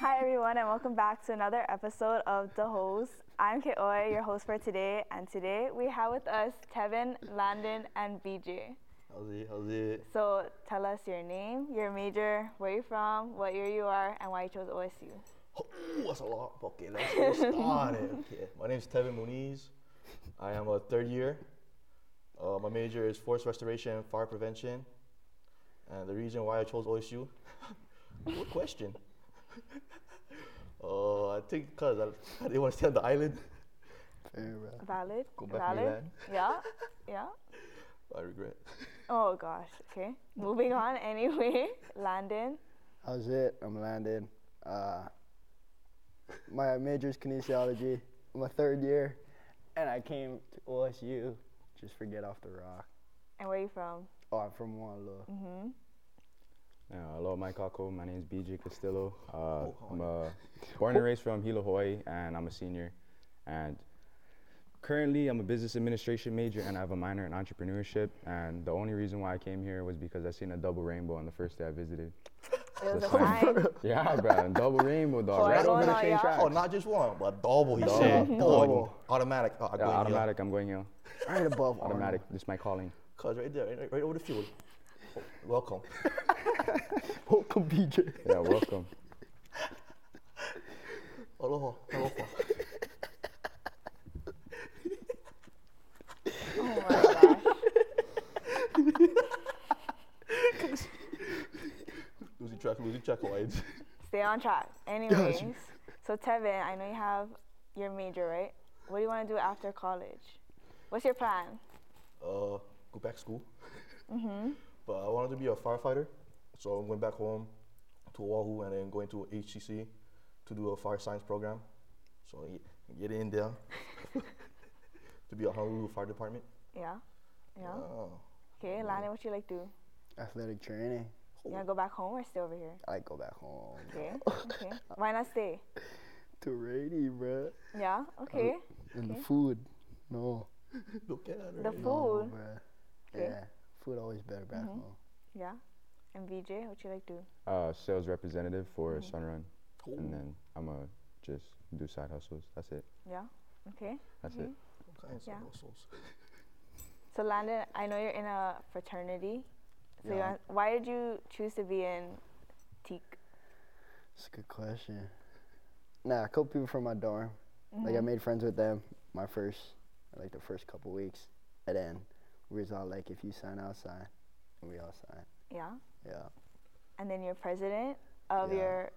Hi, everyone, and welcome back to another episode of The Host. I'm Keoy, your host for today, and today we have with us Tevin, Landon, and BJ. How's it? How's it? So tell us your name, your major, where you're from, what year you are, and why you chose OSU. Oh, that's a lot. Okay, let's get started. Okay. My name's Tevin Muniz. I am a third year. Uh, my major is forest restoration and fire prevention. And the reason why I chose OSU? Good question. uh, I think because I, I didn't want to stay on the island. Valid? Go back to Valid? Milan. Yeah? Yeah? I regret. Oh gosh, okay. Moving on anyway. Landon. How's it? I'm Landon. Uh, my major is kinesiology. I'm a third year, and I came to OSU just for get off the rock. And where you from? Oh, I'm from Wanlu. Mm-hmm. Yeah, Uh, hello, Mike Kako. My name is BJ Castillo. Uh, I'm hi. uh, born and raised from Hilo, Hawaii, and I'm a senior. And currently, I'm a business administration major, and I have a minor in entrepreneurship. And the only reason why I came here was because I seen a double rainbow on the first day I visited. It was a That's fine. sign. yeah, bro, double rainbow, dog. Hawaii right over going the on, train yeah. tracks. Oh, not just one, but double. He said. Double. Oh, automatic. Oh, I Yeah, go in here. automatic. I'm going here. Right above Automatic. This is my calling. Cause right there, right, right over the field. Oh, welcome. Welcome, BJ. Yeah, welcome. Aloha. Aloha. Oh my gosh. losing track, losing track, Hawaiians. Stay on track. Anyways. So Tevin, I know you have your major, right? What do you want to do after college? What's your plan? uh, go back to school. Mm-hmm. But I wanted to be a firefighter, so I went back home to Oahu and then going to HCC to do a fire science program. So I get- get in there to be a Honolulu Fire Department. Yeah? Yeah? Uh, Oh, Okay, Landon, what you like do? Athletic training. You want to go back home or stay over here? I like go back home. Okay. Okay. Why not stay? Too rainy, bruh. Yeah. Okay. Um, And the food. No. look at her. The No, food. bruh. Okay. Yeah. Food always better back home. Yeah. And BJ, what you like to do? Uh, sales representative for Sunrun, Oh, and then I'm gonna just do side hustles. That's it. Yeah. Okay. That's it. all kinds of Yeah. muscles. So Landon, I know you're in a fraternity. So you Yeah. want, why did you choose to be in Teak? It's a good question. Nah, a couple people from my dorm. Like I made friends with them my first, like the first couple weeks, and then we was all like, if you sign, I'll sign, and we all signed. Yeah. Yeah, And then you're president of Yeah. your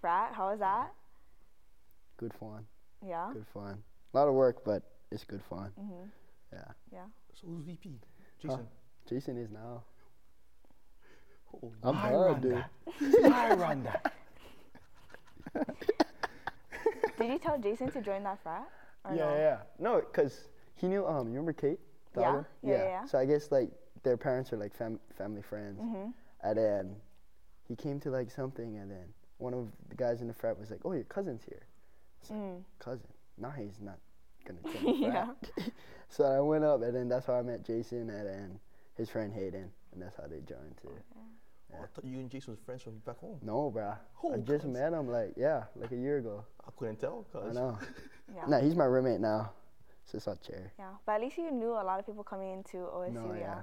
frat. How was that? good fun, Yeah. good fun. A lot of work, but it's good fun. Mhm. Yeah, So who's VP? Jason. Jason is now. Oh, I'm hard, dude. Did you tell Jason to join that frat? Or yeah, no? yeah. No, cause he knew. Um, you remember Kate? the Yeah, other? yeah, yeah, yeah. So I guess like their parents are like fam- family friends, Mm-hmm. and then he came to like something, and then one of the guys in the frat was like, "Oh, your cousin's here." It's like, Cousin? Now he's not gonna join the Mm. Yeah. frat. so I went up, and then that's how I met Jason, and then his friend Hayden, and that's how they joined too. Oh, I thought you and Jason were friends from back home. No, bruh. Oh, I just cousin. met him like yeah, like a year ago. I couldn't tell. Cause I know. Yeah. No, he's my roommate now. So it's not chair. Yeah. But at least you knew a lot of people coming into OSU. No, yeah. yeah.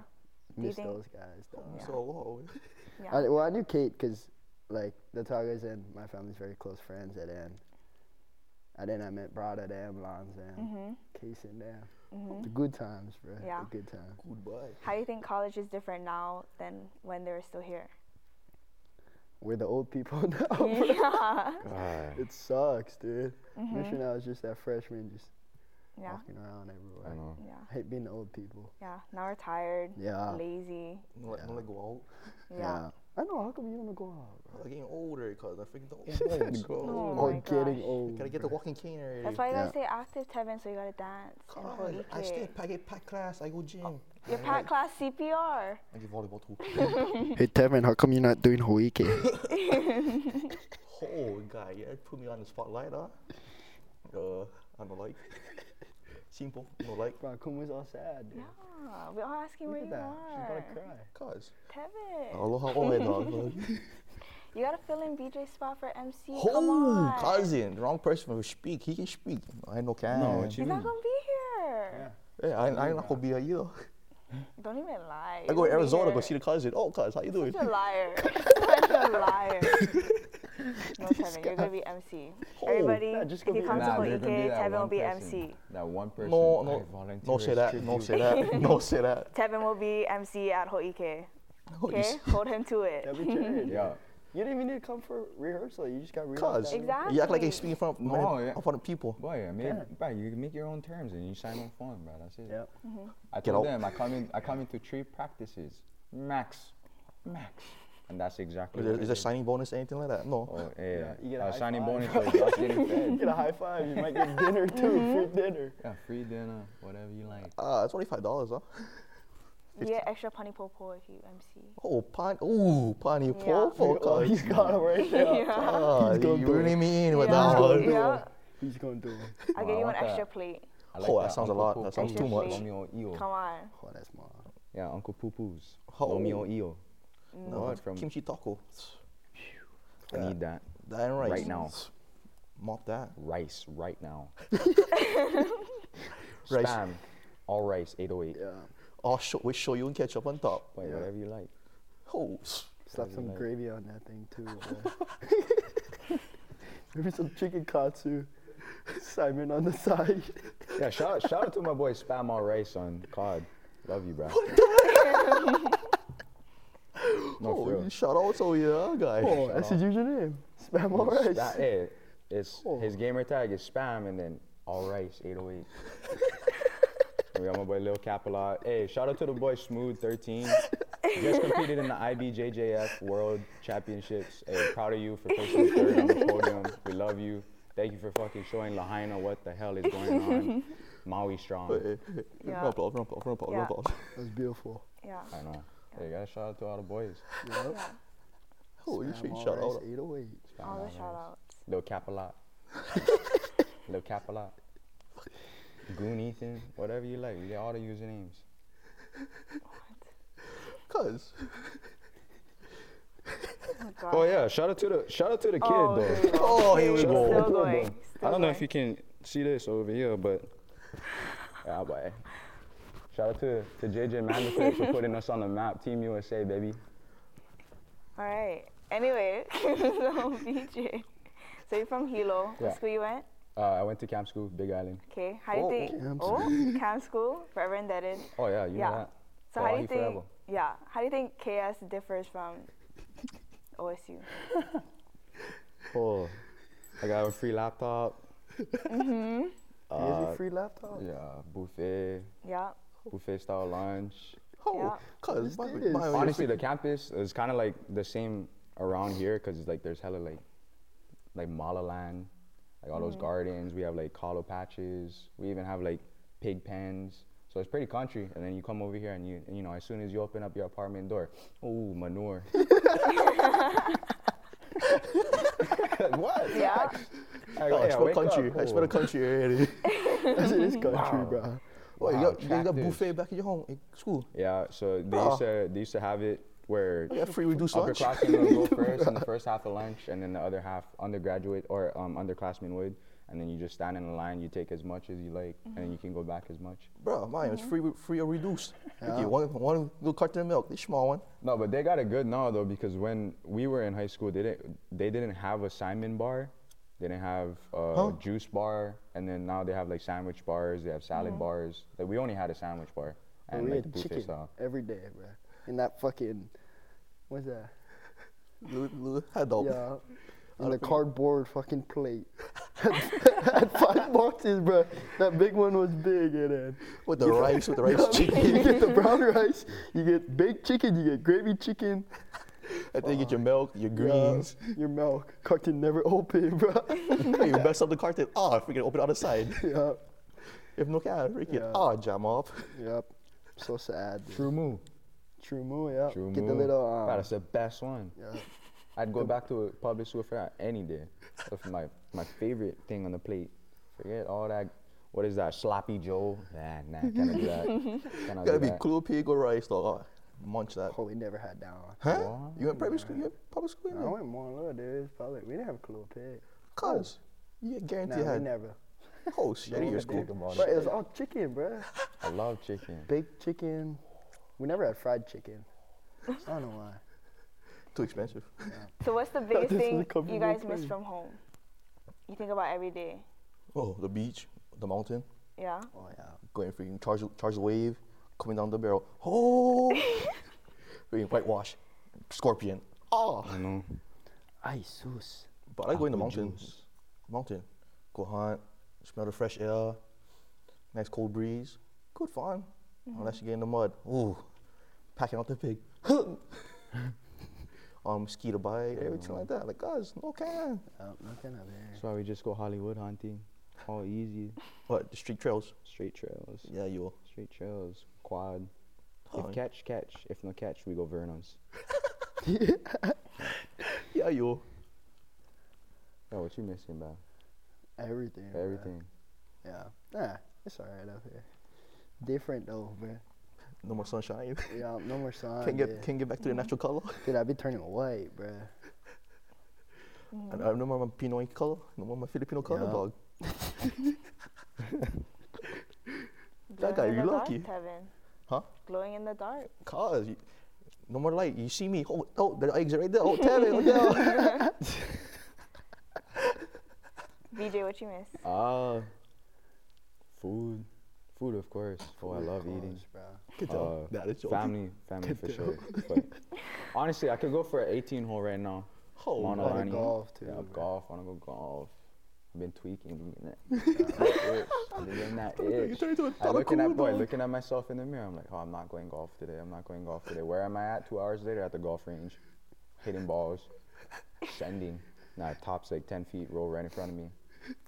Do you Miss think- those guys. Though. So whoa. Yeah. I, well, I knew Kate because, like, the Tagas and my family's very close friends. And then, and then I met Brada them, Lons them, Case and them. The good times, bro. Mm-hmm. Yeah. The good times. Goodbye. mm-hmm. How do you think college is different now than when they were still here? We're the old people now. bruh. yeah. God. It sucks, dude. Mission now is just that freshman just Mm-hmm. Yeah. walking around everywhere. I know. Yeah. I hate being the old people. Yeah. Now we're tired. Yeah. Lazy. No, like, no, like go out. Yeah. I know. How come you don't go out? I'm getting older, cause I'm freaking old bones. Oh Bro? my or getting gosh. old. Gotta get the walking cane already. That's why you gotta Yeah. stay active, Tevin, so you gotta dance. and God, I party. stay pack it pack class. I go gym. Your pack class CPR. I give volleyball too. Hey, Tevin, how come you're not doing Hoike? oh, guy, yeah, put me on the spotlight, huh? Uh, I don't like. Simple. You know, like, Bro, Kuma's all sad. dude. Yeah, Ah, we all asking Look where at you that. She's are. gonna cry. cause. Tevin, Oh. Aloha ome, dog. Like, you gotta fill in BJ's spot for MC. Come oh, on. cousin. Wrong person who speak. He can speak. I know can. No, what you He's not mean? gonna be here. Yeah. Yeah, I, I not gonna be a year. Don't even lie. I go to Arizona go see the cousin. Oh, cuz, how you doing? Such a liar. Such a liar. No, Tevin, you're gonna be MC. Oh, Everybody, nah, just if go you be come MC. to Nah, Ho'ike, you're gonna be that Tevin will one be person. MC. That one person. No, I no, volunteer no, say as that. No, tribute. say that. No, say that. Tevin will be MC at Ho'ike. Oh, you Okay, s- hold him to it. That'd be true. Yeah. You didn't even need to come for rehearsal. You just got Cuz. rehearsed. that Exact- You act like Exactly. you speak in front of, man, No, yeah. in front of people. Boy, I made, Yeah. bro, you can make your own terms and you sign on form, bro. That's it. way. Yep. I Get told out. them I come in. I come into three practices, max, max, and that's exactly. Is there, what is I there did. signing bonus, anything like that? No. Oh, yeah. you get a uh, high signing five. bonus was us getting fed. Get a high five. You might get dinner too. Free dinner. Yeah, free dinner, whatever you like. Ah, $25, huh? You get extra punny po po if you MC. Oh, pan. Ooh, pani Yeah. popo. oh, he's cuz. got it right now. Ah, He's you gonna do really it. me in with Yeah. that one. Yeah. He's gonna do it. I'll get Oh, Wow, I you an want extra that. plate. I Oh, that sounds a Uncle lot. Poo That sounds Poo's. too much. Romeo Eo. Come on. Oh, that's mom. Yeah, Uncle Poo Poo's. Oh. Romeo Eo. No, What from? Kimchi taco. I need that That and rice. Right now. Mop that. rice right now. Rice. Spam, all rice, 808. Yeah. Oh, show, with shoyu and ketchup on top. Boy, Yeah. whatever you like. Oh, Slap some like- gravy on that thing too. Maybe some chicken katsu. Simon on the side. Yeah, shout out, shout out to my boy Spam All Rice on COD. Love you, bro. no, for oh real. shout out to your guy. Oh, that's his username. Spam all rice. That, eh, it's Oh. his gamer tag is Spam and then All Rice 808. we got my boy Lil Cap a lot. Hey, shout out to the boy Smooth 13. Just competed in the IBJJF World Championships. Hey, proud of you for placing third on the podium. We love you. Thank you for fucking showing Lahaina what the hell is going on. Maui strong. Hey, hey, hey, Yeah. Run, Paul, run, Paul, run, Paul, run, Yeah. Paul. That was beautiful. Yeah. I know. Hey, gotta shout out to all the boys. Yep. Yeah. Oh, you Spam should all shout rice, out. 808. Spam All All the Rice. shout outs. Lil Cap a lot. Lil Cap a lot. Goon Ethan, whatever you like. You get all the usernames. Cuz. Oh yeah, shout out to the shout out to the kid Oh, though. here we go. Oh, here we Shout out go. to the Still kid, though. going. Still I don't know going. if you can see this over here, but yeah, Ah, boy. Shout out to, to JJ Manifest for putting us on the map. Team USA, baby. All right. Anyway, so BJ. So you're from Hilo. Yeah. What school you went? Uh, I went to camp school, Big Island. Okay. How do you Oh, think? camp Oh, camp school, forever indebted. Oh yeah, you Yeah. know that. So how do Hawaii you think? forever. Yeah. How do you think KS differs from OSU? Oh, I got a free laptop. Is Mm-hmm. Uh, it free laptop? Yeah, buffet, Yeah. buffet style lunch. Oh, Yeah. cuz. This by the way- is- by the way, Honestly, the campus is kind of like the same around here because like there's hella like like mala land, like all those gardens. We have like collar patches. We even have like pig pens. So it's pretty country. And then you come over here and you and, you know as soon as you open up your apartment door, oh manure. what? Yeah. I Oh, go, I "Yeah, smell wake up, country. I smell oh." the country already. That's in this country, Wow. bro. Wait, you Wow, got, you got tractors. buffet back at your home in school. Yeah. So they Bruh. Oh. used to they used to have it where You got free reduced lunch. Upperclassmen would go first in the first half of lunch, and then the other half undergraduate or um, underclassmen would. And then you just stand in the line. You take as much as you like, and you can go back as much. Bro, mine was free, re- free or reduced. You Yeah. get one, one little carton of milk, this small one. No, but they got it good now though because when we were in high school, they didn't they didn't have a Simon bar, they didn't have a Huh? juice bar, and then now they have like sandwich bars. They have salad bars. Like we only had a sandwich Bro, bar and Mm-hmm. Oh, we like the had buffet chicken style. every day, bro. In that fucking, what's that? Little, little head dog. Yeah. On a cardboard fucking plate. Had five boxes, bro. That big one was big, and then With the rice, with the rice chicken. you get the brown rice, you get baked chicken, you get gravy chicken, And then you get your milk, your yeah, greens. your milk. Carton never open, bro. Hey, you mess up the carton. Ah, freaking open the other side. yep, If no can, freaking Yeah. ah, jam up. yep. So sad. Dude. True move. True move, yeah. True get the move. little Bruh, um, that's the best one. yeah. I'd go back to a public school for that any day. That's my my favorite thing on the plate. Forget all that what is that, sloppy Joe? Nah, nah, cannot do that. Cannot Gotta do be that. clue pig or rice, dog. Munch that. Oh, we never had that one. Huh? What? You in private school? You in public school? No, I No. went more little, dude. It's probably we didn't have a clue pig. Cause you Nah, guarantee we had. never. Oh shit! We Your never school. did. Think about Bro, it. it was all chicken, bro. I love chicken. Baked chicken. We never had fried chicken. I don't know why. Too expensive. So what's the biggest This is thing coming you real guys miss quick. from home? You think about every day. Oh, the beach, the mountain, Yeah. Oh yeah. going freaking charge, charge the wave, coming down the barrel. Oh, freaking whitewash, scorpion. Oh, You know, Ay, sus. but I go in the Apple mountains. juice. Mountain, go hunt, smell the fresh air, nice cold breeze, good fun. Unless you get in the mud. Ooh, packing out the pig. on mosquito bite, everything like that. Like guys, no can. Oh, nothing up there. that's why we just go Hollywood hunting. All easy, But the street trails. straight trails. Yeah, you will. Straight trails, quad. Oh. If catch, catch. If no catch, we go Vernon's. Yeah, you will. Yo, what you missing, bro? Everything. bruh. Everything. Yeah. Nah, it's alright up here. Different though, bro. No more sunshine. Yeah, no more Uh, sun. can't yeah. get can't get back to the natural color. Dude, I be turning white, bro. Mm. And I remember my Pinoy color. No more my Filipino color, Yeah. dog. That Glowing guy, in you the lucky. Dark, Tevin. Huh? Glowing in the dark. Cause you, no more light. You see me? Oh, oh, the exit right there. Oh, tell it. Oh, yeah. BJ, what you miss? Ah, food, food of course. Oh, I love eating. bro. Get Uh, down. That is family, family for sure. But honestly, I could go for an 18 hole right now. Oh, no. I Wanna like line it. golf, too, Yeah, bro. golf. I wanna go golf. I've been tweaking. Been getting that- that itch. I've been getting that You itch. turned into a I'm looking Tanaku, at boy, dog. looking at myself in the mirror. I'm like, oh, I'm not going golf today. I'm not going golf today. Where am I at? Two hours later, at the golf range, hitting balls, sending. Nah, tops like 10 feet, roll right in front of me.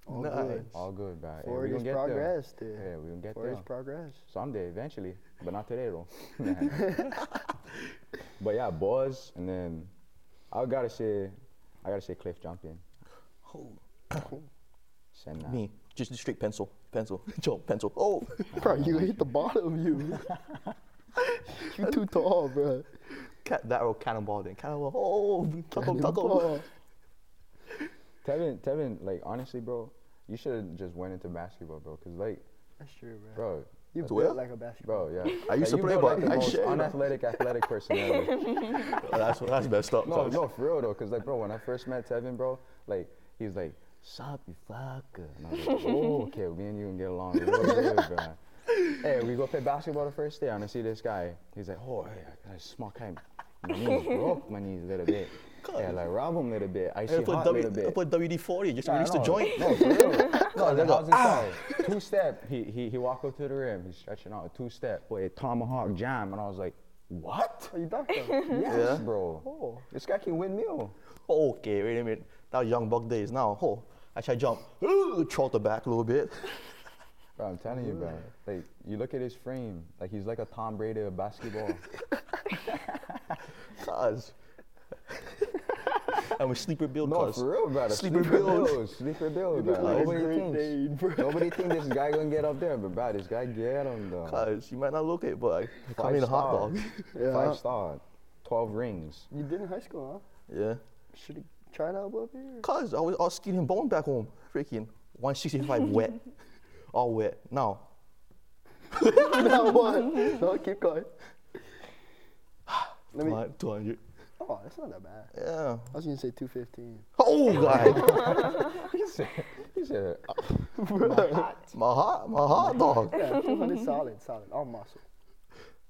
All Nice. good. All good, bro. Hey, Forward we is gonna get there. progress, dude. Yeah, we gonna get Forward there is progress. someday, eventually, but not today though. but yeah, balls, and then I gotta say, I gotta say cliff jumping. Oh. Send that. Me, just a straight pencil, pencil, jump, pencil. Oh, Bro, you hit the bottom, you. you too tall, bro. Ca that or cannonball then, cannonball. Oh, taco, taco. Tevin, Tevin, like honestly, bro, you should have just went into basketball, bro, cause like, That's true, bro. bro, You That's built it. like a basketball. bro, yeah. Like, used to you play, built, but like, the I most shit. unathletic, athletic person ever. that's that's messed up. No, no, for real though, cause like, bro, when I first met Tevin, bro, like, he was like, "Sup, you fucker," and I was like, "Oh, okay, me and you can get along real good, bro." Hey, we go play basketball the first day, and I see this guy. He's like, "Oh, hey, I smoke him. My knees broke, my knees a little bit. Yeah, like rob him a little bit. I see I put, hot w, little bit. I put WD forty just Nah, release the no, joint. No, for real. No, they then go, how's inside? Two step. He he he walk up to the rim. He's stretching out. Two step. Boy, tomahawk jam, and I was like, "What?" Bro. You ducked Yes, bro. Oh. This guy can windmill. Okay, wait a minute. That was young buck days. Now, oh, I try jump. Ooh, trot the back a little bit. Bro, I'm telling you, bro. Like, you look at his frame, like he's like a Tom Brady of basketball. Cause I'm a sleeper build. no, cause for real, bro. Sleeper build. Sleeper build, bro. look like a nobody Great thinks, nobody think this guy gonna get up there, but bro, this guy get him though. Cause you might not look it, but I Five come in hot star. dog. Yeah. Five star, twelve rings. You did in high school, huh? yeah. Should have tried out up here. Cause I was all skin and bone back home. Freaking 165 wet, all wet. Now, now what? No, keep going. Let me. 200. Oh, that's not that bad. Yeah. I was gonna say 215. Oh god, He said, he said, uh, my heart, my heart dog. Yeah, 200 solid, solid, all muscle.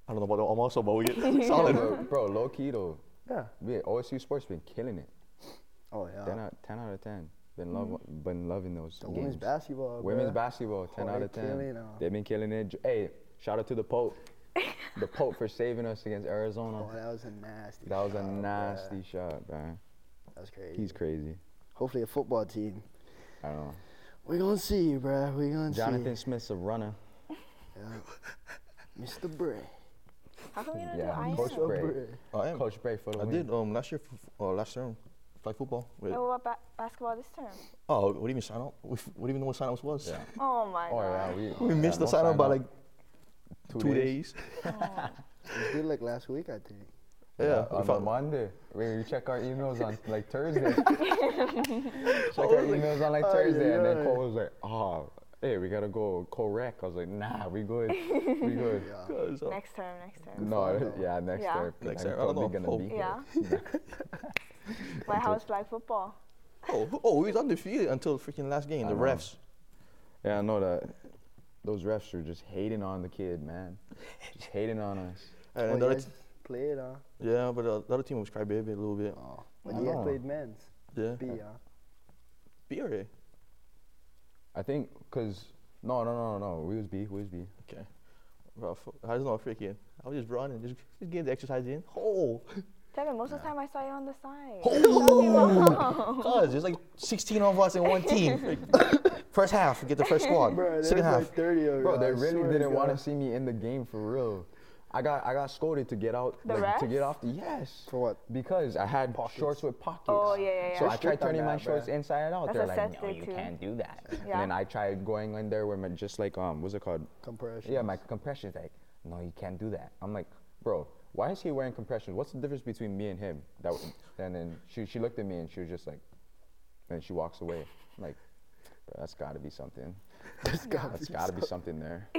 I don't know about the I'm also about it. bro, bro, low key though. Yeah. We at OSU sports been killing it. Oh 10 yeah. out, 10 out of 10. Been love, been loving those The uh, games. women's basketball. Women's bruh. basketball, 10 Oh, out they of 10. killing 'em. They've been killing it. J- Hey, shout out to the Pope. the Pope for saving us against Arizona. Oh, that was a nasty. that was a shot, bruh. nasty shot, man. That was crazy. He's crazy. Hopefully a football team. I don't know. We're gonna see, bruh. We're gonna Jonathan Smith's a runner. see. Yeah. Mr. Bray. How come you don't Yeah, do Coach iron? Bray. Bray. I am. Coach Bray for the I win. did um last year, for, uh, last term, play football. Wait. Oh, what about ba- basketball this term? Oh, what do you mean sign up? We, f- we didn't even know what sign ups was. Yeah. Oh my Oh god. yeah, we, We yeah, missed the no sign up by sign-up. like two days. We did like last week, I think. Yeah, we on found- Monday. We, we check our emails on like Thursday. check our was like, emails on like "Ay, Thursday, and then ay, Cole was like, "Oh, hey, we gotta go correct." I was like, "Nah, we good, we good." Cause, uh, Next term, next term. No, yeah, next Yeah. year. Next I'm year, oh, I don't probably know, gonna hope. be here. Yeah. Why, how is flag football? oh, oh, we was undefeated until freaking last game. I The know. refs. Yeah, I know that. Those refs are just hating on the kid, man. Just hating on us. And Well, Oh, the you other guys played, huh? t- yeah, but uh, the other team was crybaby a little bit. Oh, I when you guys know. played men's. Yeah. B, huh? B or A? I think because no, no, no, no, no. We was B, we was B. Okay. Bro, f- I just know freaking. I was just running, just, just getting the exercise in. Oh, Devin, most of the time I saw you on the side. cause there's like 16 of us in one team. Like, first half, get the first squad. Bro, there's Second half, like 30 of Bro, you, they I really swear didn't want to God. see me in the game for real. I got I got scolded to get out The like, to get refs? off the yes. For what? Because I had shorts with pockets. Oh, yeah, yeah, So yeah. Just I tried strict on turning my that, shorts bruh. inside out. That's They're a like, set no, day you too." can't do that. Yeah. And then I tried going in there with my just like um, what's it called? Compression. Yeah, my compressions. Like, no, you can't do that. I'm like, bro, why is he wearing compressions? What's the difference between me and him? That w- and then she she looked at me and she was just like, and she walks away. I'm like, bro, that's got to be something. That's gotta That's be got to be something there.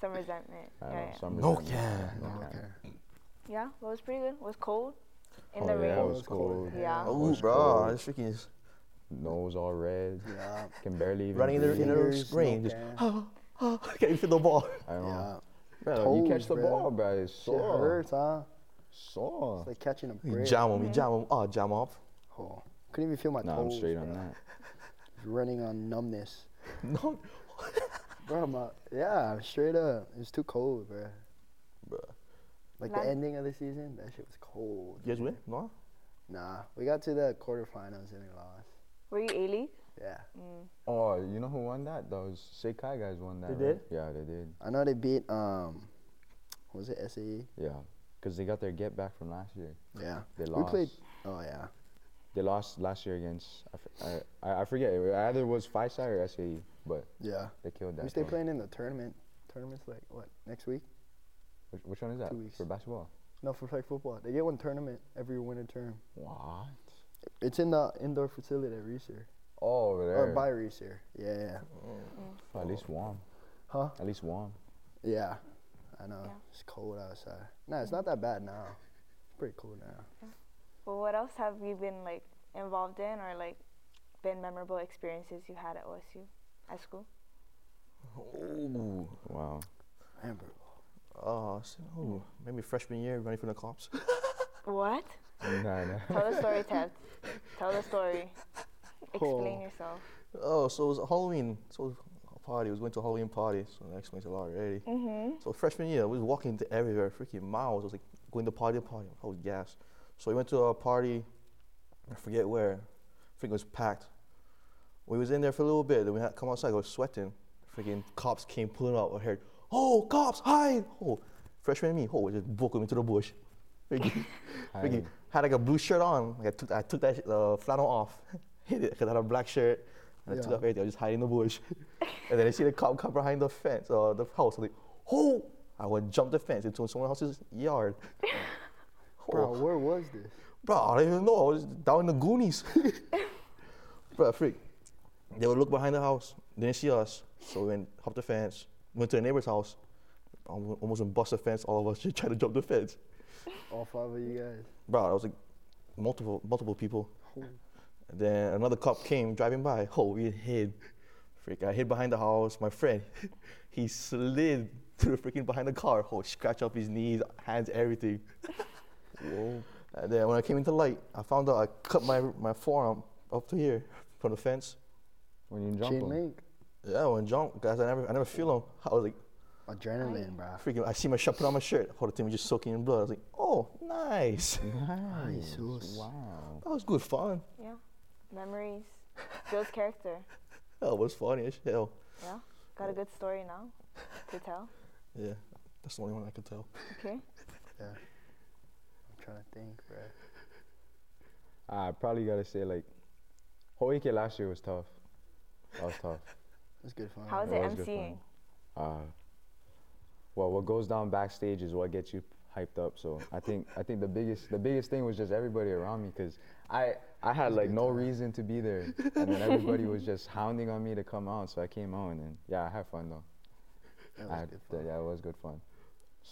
Some resentment. I Yeah, don't know, yeah. some No reason. can. No Okay. can. yeah, well, it was pretty good. It was cold in Oh the yeah, it rain. was was cold. cold. Yeah. Oh, Was bro, cold. this freaking is Nose all red. Yeah. Can barely even. running in the breathe. in the Fingers, spring. no Just can. can't even feel the ball. I don't Yeah. know. Bro, you Toes, catch the bruh. ball, bro. It's Shit sore. hurts, huh? Sore. It's like catching a You brick. jam him, you jam him. Oh, jam up. Oh, couldn't even feel my Nah, toes. I'm straight on bruh. that. Running on numbness. No, Bro, my, yeah, straight up. It was too cold, bro. bro. Like Lan- the ending of the season, that shit was cold. You guys win? No. Nah, we got to the quarterfinals and we lost. Were you A League? Yeah, Oh, you know who won that? Those Sekai guys won that. They right? did? Yeah, they did. I know they beat um, what was it SAE? Yeah, because they got their get back from last year. Yeah, They we played. lost. Oh yeah, They lost last year against I f- I, I, I forget. It either was Faisal or SAE, but yeah. they killed that. We stay one. playing in the tournament. Tournament's like what next week? Which, which one is that? two weeks. For basketball. No, for flag football. They get one tournament every winter term. What? It's in the indoor facility at Reeser Oh, over there. or by Reeser. Yeah, yeah, Oh, at least warm. huh? At least warm. Yeah, I know. Yeah. It's cold outside. Nah, it's not that bad now. It's pretty cool now. Well, what else have you been like involved in or like been memorable experiences you had at OSU at school? Oh, Wow. Man, bro. uh, so, oh, maybe freshman year running from the cops. What? nah, nah. Tell the story, Ted. Tell the story. Explain Oh. yourself. Oh, so it was a Halloween. So it was a party. It was going to a Halloween party. So that explains a lot already. Mm-hmm. So freshman year, we was walking to everywhere, freaking miles. I was like going to party to party. I was gassed. So we went to a party, I forget where. I think it was packed. We was in there for a little bit. Then we had to come outside. I was sweating. Freaking cops came pulling out. I heard, "Oh, cops, hide!" Oh, freshman me. Oh, just booked him into the bush. Freaking, freaking Hide. had like a blue shirt on. Like I took I took that sh- uh, flannel off. Hit it 'cause I had a black shirt. And I took Yeah. off everything. I was just hiding in the bush. and then I see the cop come behind the fence, uh, the house. I'm like, oh! I would jump the fence into someone else's yard. Bro, Oh, where was this? bro, I don't even know. I was down in the Goonies. bro, freak. They would look behind the house, didn't see us. So we went up the fence, went to the neighbor's house. Almo- Almost and bust the fence. All of us just tried to jump the fence. All five of you guys. Bro, I was like multiple multiple people. And then another cop came driving by. Oh, we hid. Freak, I hid behind the house. My friend, he slid through the freaking behind the car. Oh, scratch up his knees, hands, everything. Whoa. And then when I came into light, I found out I cut my, my forearm up to here from the fence. When you jump Chain 'em. link. Yeah, when jump, guys, I never I never feel him. I was like, Adrenaline, bro. freaking, I see my shirt put on my shirt. Whole thing was just soaking in blood. I was like, oh, nice. Nice. Jesus. Wow. That was good fun. Yeah. Memories. Builds character. That was funny as hell. Yeah. Got a good story now to tell. Yeah, that's the only one I could tell. Okay. Yeah. I'm trying to think, bro. I probably gotta say like, Hoike last year was tough. That was tough. That's good fun. How is it That was good emceeing? Uh, well, what goes down backstage is what gets you hyped up. So I think I think the biggest the biggest thing was just everybody around me because I I had like no reason to be there, and then everybody was just hounding on me to come out. So I came out, and then yeah, I had fun though. That I was had- good th- fun. yeah, it was good fun.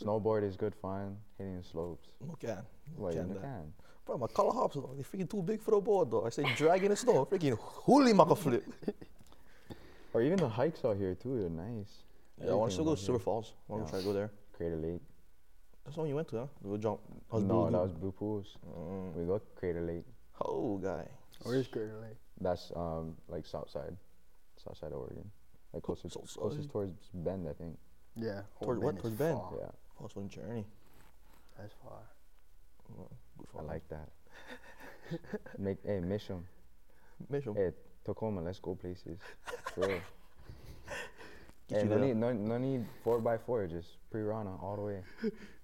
Snowboard is good fun. Hitting the slopes. No can. No Well, you can, can. that. Bro, my color hops, though. They freaking too big for the board, though. I say dragging the snow. Freaking holy maka flip. Or even the hikes out here too. They're nice. Yeah, I want to Everything still go about to here. Silver Falls. I want to Yeah. try to go there. Crater Lake. That's the one you went to, huh? We jump. I no, Blue that Lagoon. was Blue Pools. Mm. We got Crater Lake. Oh, guy. Where's Greater Lake? That's um like south side, south side of Oregon, like closest south closest side. towards Bend, I think. Yeah. Toward what? is Towards Bend? far. Yeah, Oh, it's one journey. That's far. Well, Good I for like that. Make hey Mission, Mission. hey Tacoma, let's go places. For real. Get hey, you no there. need no, no need four by four, just pre Rana all the way.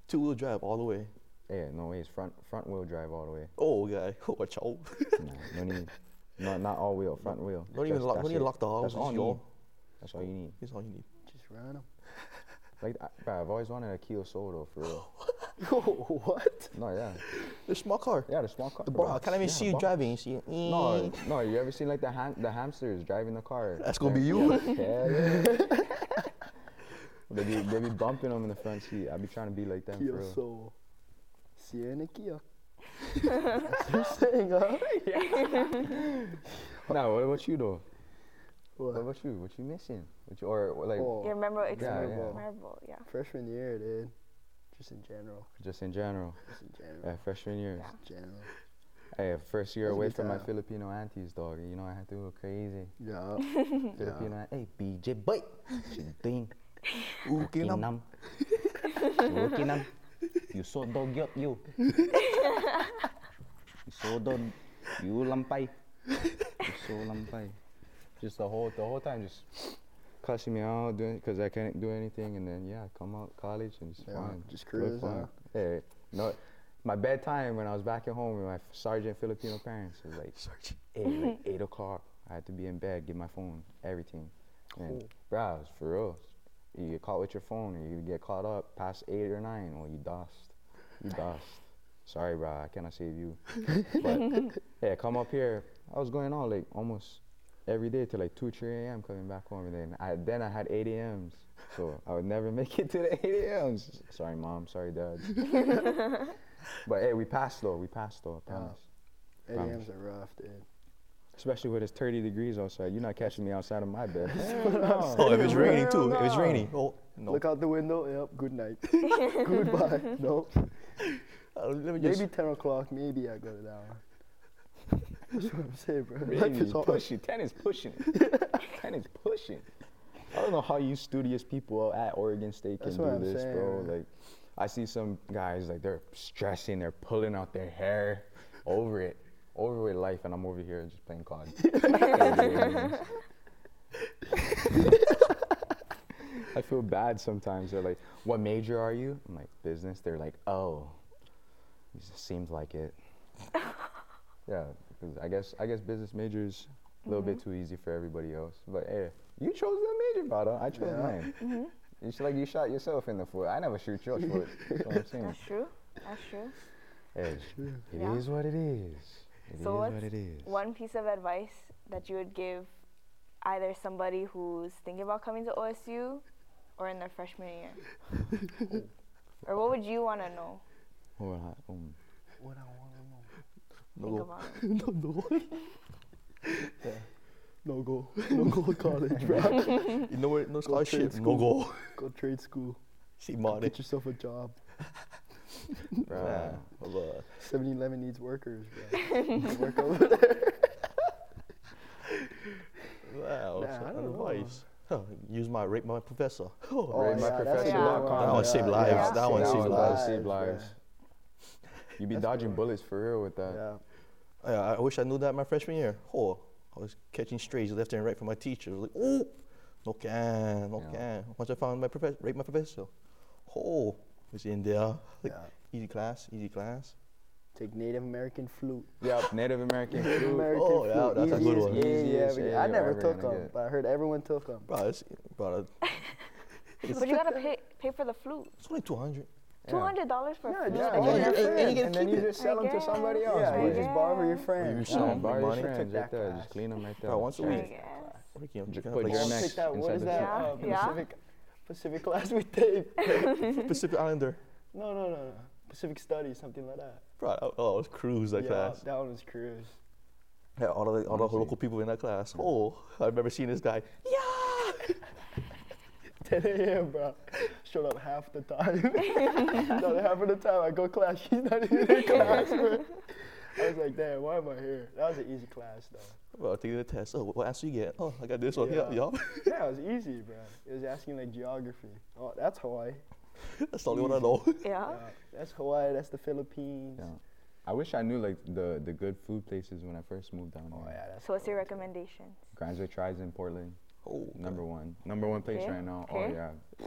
Two wheel drive all the way. Hey, no way, it's front front wheel drive all the way. Oh, guy. Watch out. Nah, no need, not not all wheel, front wheel. Don't even That's- lock. that's Don't even it. lock the house. That's all Just you go. need. That's all you need. That's all you need. Just run them. Like, I, bruh, uh, I've always wanted a Kia Soul though, for real. what? No, yeah, The small car. yeah, the small car. The bro. bar. Can I even Yeah, see you box. driving? Mm. You see? it. No, no. You ever seen like the ham- the hamsters driving the car? That's gonna be Yeah, you. hell yeah. they be they be bumping them in the front seat. I be trying to be like them for Kia real. soul. Sienna Kia. That's what you're saying, huh? Nah, what about you though? What What? about you? What you missing? What you or or, like Oh, Your memorable experience. yeah. Memorable, yeah. freshman year, dude. Just in general. just in general? Just in general. Yeah, freshman year. Yeah. General. Hey, first year That's a away good from my time. Filipino aunties, dog. You know I had to go crazy. Yeah. Filipino, aunt- hey BJ boy, Sinting, Ooh, okay, now. Kinam, Kinam, you so dog yot you, you so dog, you lampay, you so lampay. Just the whole the whole time just cussing me out, doing because I can't do anything, and then yeah, come out college and it's Yeah, fun, just Good cruise, fun. huh? Hey, no. My bedtime when I was back at home with my f- sergeant Filipino parents was like eight, like eight o'clock. I had to be in bed, get my phone, everything. And bruh, it was for real. You get caught with your phone, or you get caught up past eight or nine, or you dust. You dust. Sorry, bruh, I cannot save you. But yeah, come up here. I was going out like almost every day till like two, three a.m. coming back home, and then I then I had eight a.m.s. So I would never make it to the 8 a.m.s. Sorry, mom. Sorry, dad. but hey, we passed though. We passed though. I Yeah. promise. AMs Promise. are rough, dude. Especially when it's 30 degrees outside. You're not catching me outside of my bed. Oh, if it's Hell raining too. If it's no. raining. Oh, no. Look out the window. Yep. Good night. Goodbye. No. Uh, Let me just. Maybe 10 o'clock. Maybe I go down. That's what I'm saying, bro. Life Maybe is hard. pushing. Ten is pushing. Ten is pushing. I don't know how you studious people at Oregon State can That's do what I'm this, saying, bro. man. Like, I see some guys like they're stressing, they're pulling out their hair, over it, over with life, and I'm over here just playing COD. I feel bad sometimes. They're like, "What major are you?" I'm like, "Business." They're like, "Oh, it just seems like it." Yeah, because I guess I guess business majors a little Mm-hmm. bit too easy for everybody else. But hey, you chose the major, brother. I chose Yeah. mine. Mm-hmm. It's like you shot yourself in the foot. I never shoot your foot. That's what I'm saying. That's true. That's true. Hey, it is Yeah. what it is. It is So what what's it is. One piece of advice that you would give either somebody who's thinking about coming to OSU or in their freshman year. or what would you want to know? Hold on, um, What I want to know. No Think go. about it. no, no. yeah. No go. No go to college, bro. You know where? No Go scholarship. trade No school. go. go trade school. See, money. Get yourself a job. bruh. Bruh. 7 Eleven needs workers, bro. Work over there. Wow, Nah, so I don't advice. Huh, use my rate my professor. Oh, Oh, Rate rate my yeah, that's professor the dot one. com. That one saved Yeah, lives. yeah. That one That saved one lives. lives. Saved lives. bruh. You be That's the dodging one. bullets for real with that. Yeah. Yeah, I, I wish I knew that my freshman year. Oh, I was catching strays left and right from my teacher. I was like, oh, no can, no Yeah. can. Once I found my professor, rate my professor. Oh, was in there. Like, Yeah. Easy class, easy class. Take Native American flute. Yep, Native American Native flute. American Oh, yeah, flute. that's a good Easiest one. game you Easiest ever get. A I you're never ever took gonna them, get. but I heard everyone took them. Bro, it's, bro, But you gotta pay pay for the flute. it's only 200. Yeah. Two hundred dollars for Yeah, a flute. just I all guess. your friends. you get to and then keep you it. just sell them to guess. somebody else. Yeah, I you bro. just borrow your guess. friend. You Yeah, sell 'em, borrow your money. friends Took right that there. class. Just clean them right there. Bro, once a I week. guess. Ricky, I'm J- gonna put play your golf. Mac Pacific, that, what inside is the that? shop. Uh, Yeah. Pacific, Pacific class we take. Pacific Islander. No, no, no, no. Pacific Studies, something like that. Bro, I, oh, I was cruise that yeah, class. that one was cruise. Yeah, all of the, all the Let me see. local people in that class. Oh, I remember seeing this guy. 10 a.m., bro. Showed up half the time. no, half of the time I go class, she's not even in class, bro. I was like, damn, why am I here? That was an easy class, though. Bro, taking the test. Oh, what answer you get? Oh, I got this one. Yeah, Yeah. yeah. Yeah, it was easy, bro. It was asking like geography. Oh, that's Hawaii. That's the only one I know. Yeah. Yeah, that's Hawaii. That's the Philippines. Yeah. I wish I knew like the, the good food places when I first moved down Oh here. yeah, that's So what's your recommendations? Grands Way Tries in Portland, Oh, number one, number one place Okay, right now. okay. Oh yeah,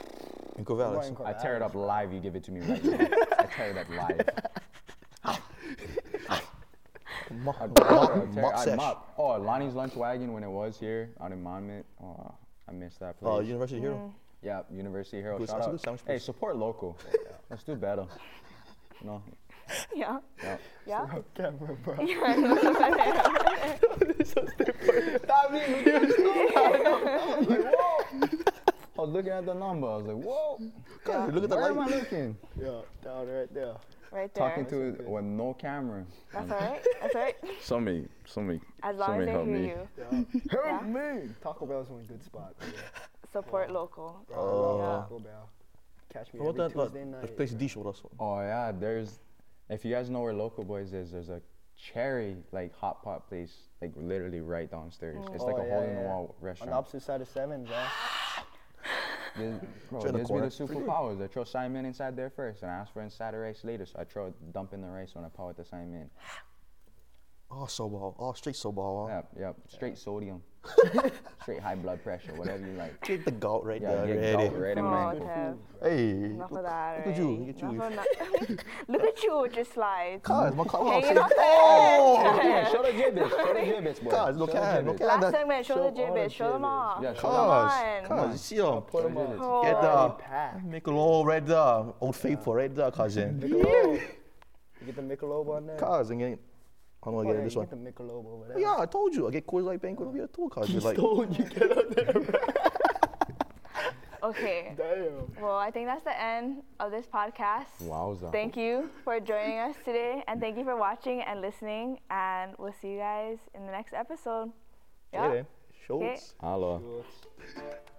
Inco Valley. Hawaiian I tear it up Corvallis. live. You give it to me right now. I tear it up live. Mo- I tear, Mop I tear, I sesh. mop. Oh, Lonnie's Lunch Wagon when it was here out in Monmouth. Oh, I miss that place. Oh, University Hero. Yeah, University Hero. Good- Shout that's a out. good sandwich hey, place. support local. Let's do better. No. Yeah. Yeah. Yeah. Oh, camera, bro. I was looking at the number. I was like, whoa. God, look at the Where am I light. looking? Yeah, down right there. Right there. Talking to it with no camera. That's all right. That's all right. Somebody, somebody, As long as they hear you, Yeah. Yeah. me. Taco Bell's one good spot. Yeah. support local. Bro, I Oh. love Yeah. Taco Bell. Catch me What every that? uh, Tuesday night. That place bro. D showed us. one. Oh yeah, there's. If you guys know where Local Boys is, there's a cherry like hot pot place like literally right downstairs. It's like Oh, a yeah, hole in the yeah. wall On restaurant. the opposite side of seven, bro. This, bro, Try the this be the corn. superpowers. I throw Simon inside there first, and I ask for inside the rice later. So I throw dump in the rice when I power the Simon. Oh, so ball. Oh, straight so ball. Yep, yep. Straight sodium, straight high blood pressure, whatever you like. Take the gout right Yeah, there. get ready. gout right in my Oh, ankle. Tev. Hey. Enough look- of that. Look at you. Look already. at you. Enough of that. look at you with your slides. Guys, my "Oh, car. Hanging out Yeah, show the gibbets, show the gibbets, boy. Guys, no Show the can, no gibbets. can. Last that- segment, show, show the all the gibbets. Show them gibbets. off. Yeah, show Come them off. on. Cause you see them. Put them Legit. on. Get Oh. the Pack. Michelob right there. Old Faithful right there, cousin. Michelob. You get the Michelob on there. Cause again, I'm Oh, gonna yeah, get this you one. get the Michelob over there. Yeah, I told you. I get Coors Light Banquet over here too, cause like you get on there. Okay. Damn. Well, I think that's the end of this podcast. Wowza. Thank you for joining us today, and thank you for watching and listening. And we'll see you guys in the next episode. Yeah. yeah. Schultz. Hello. Good.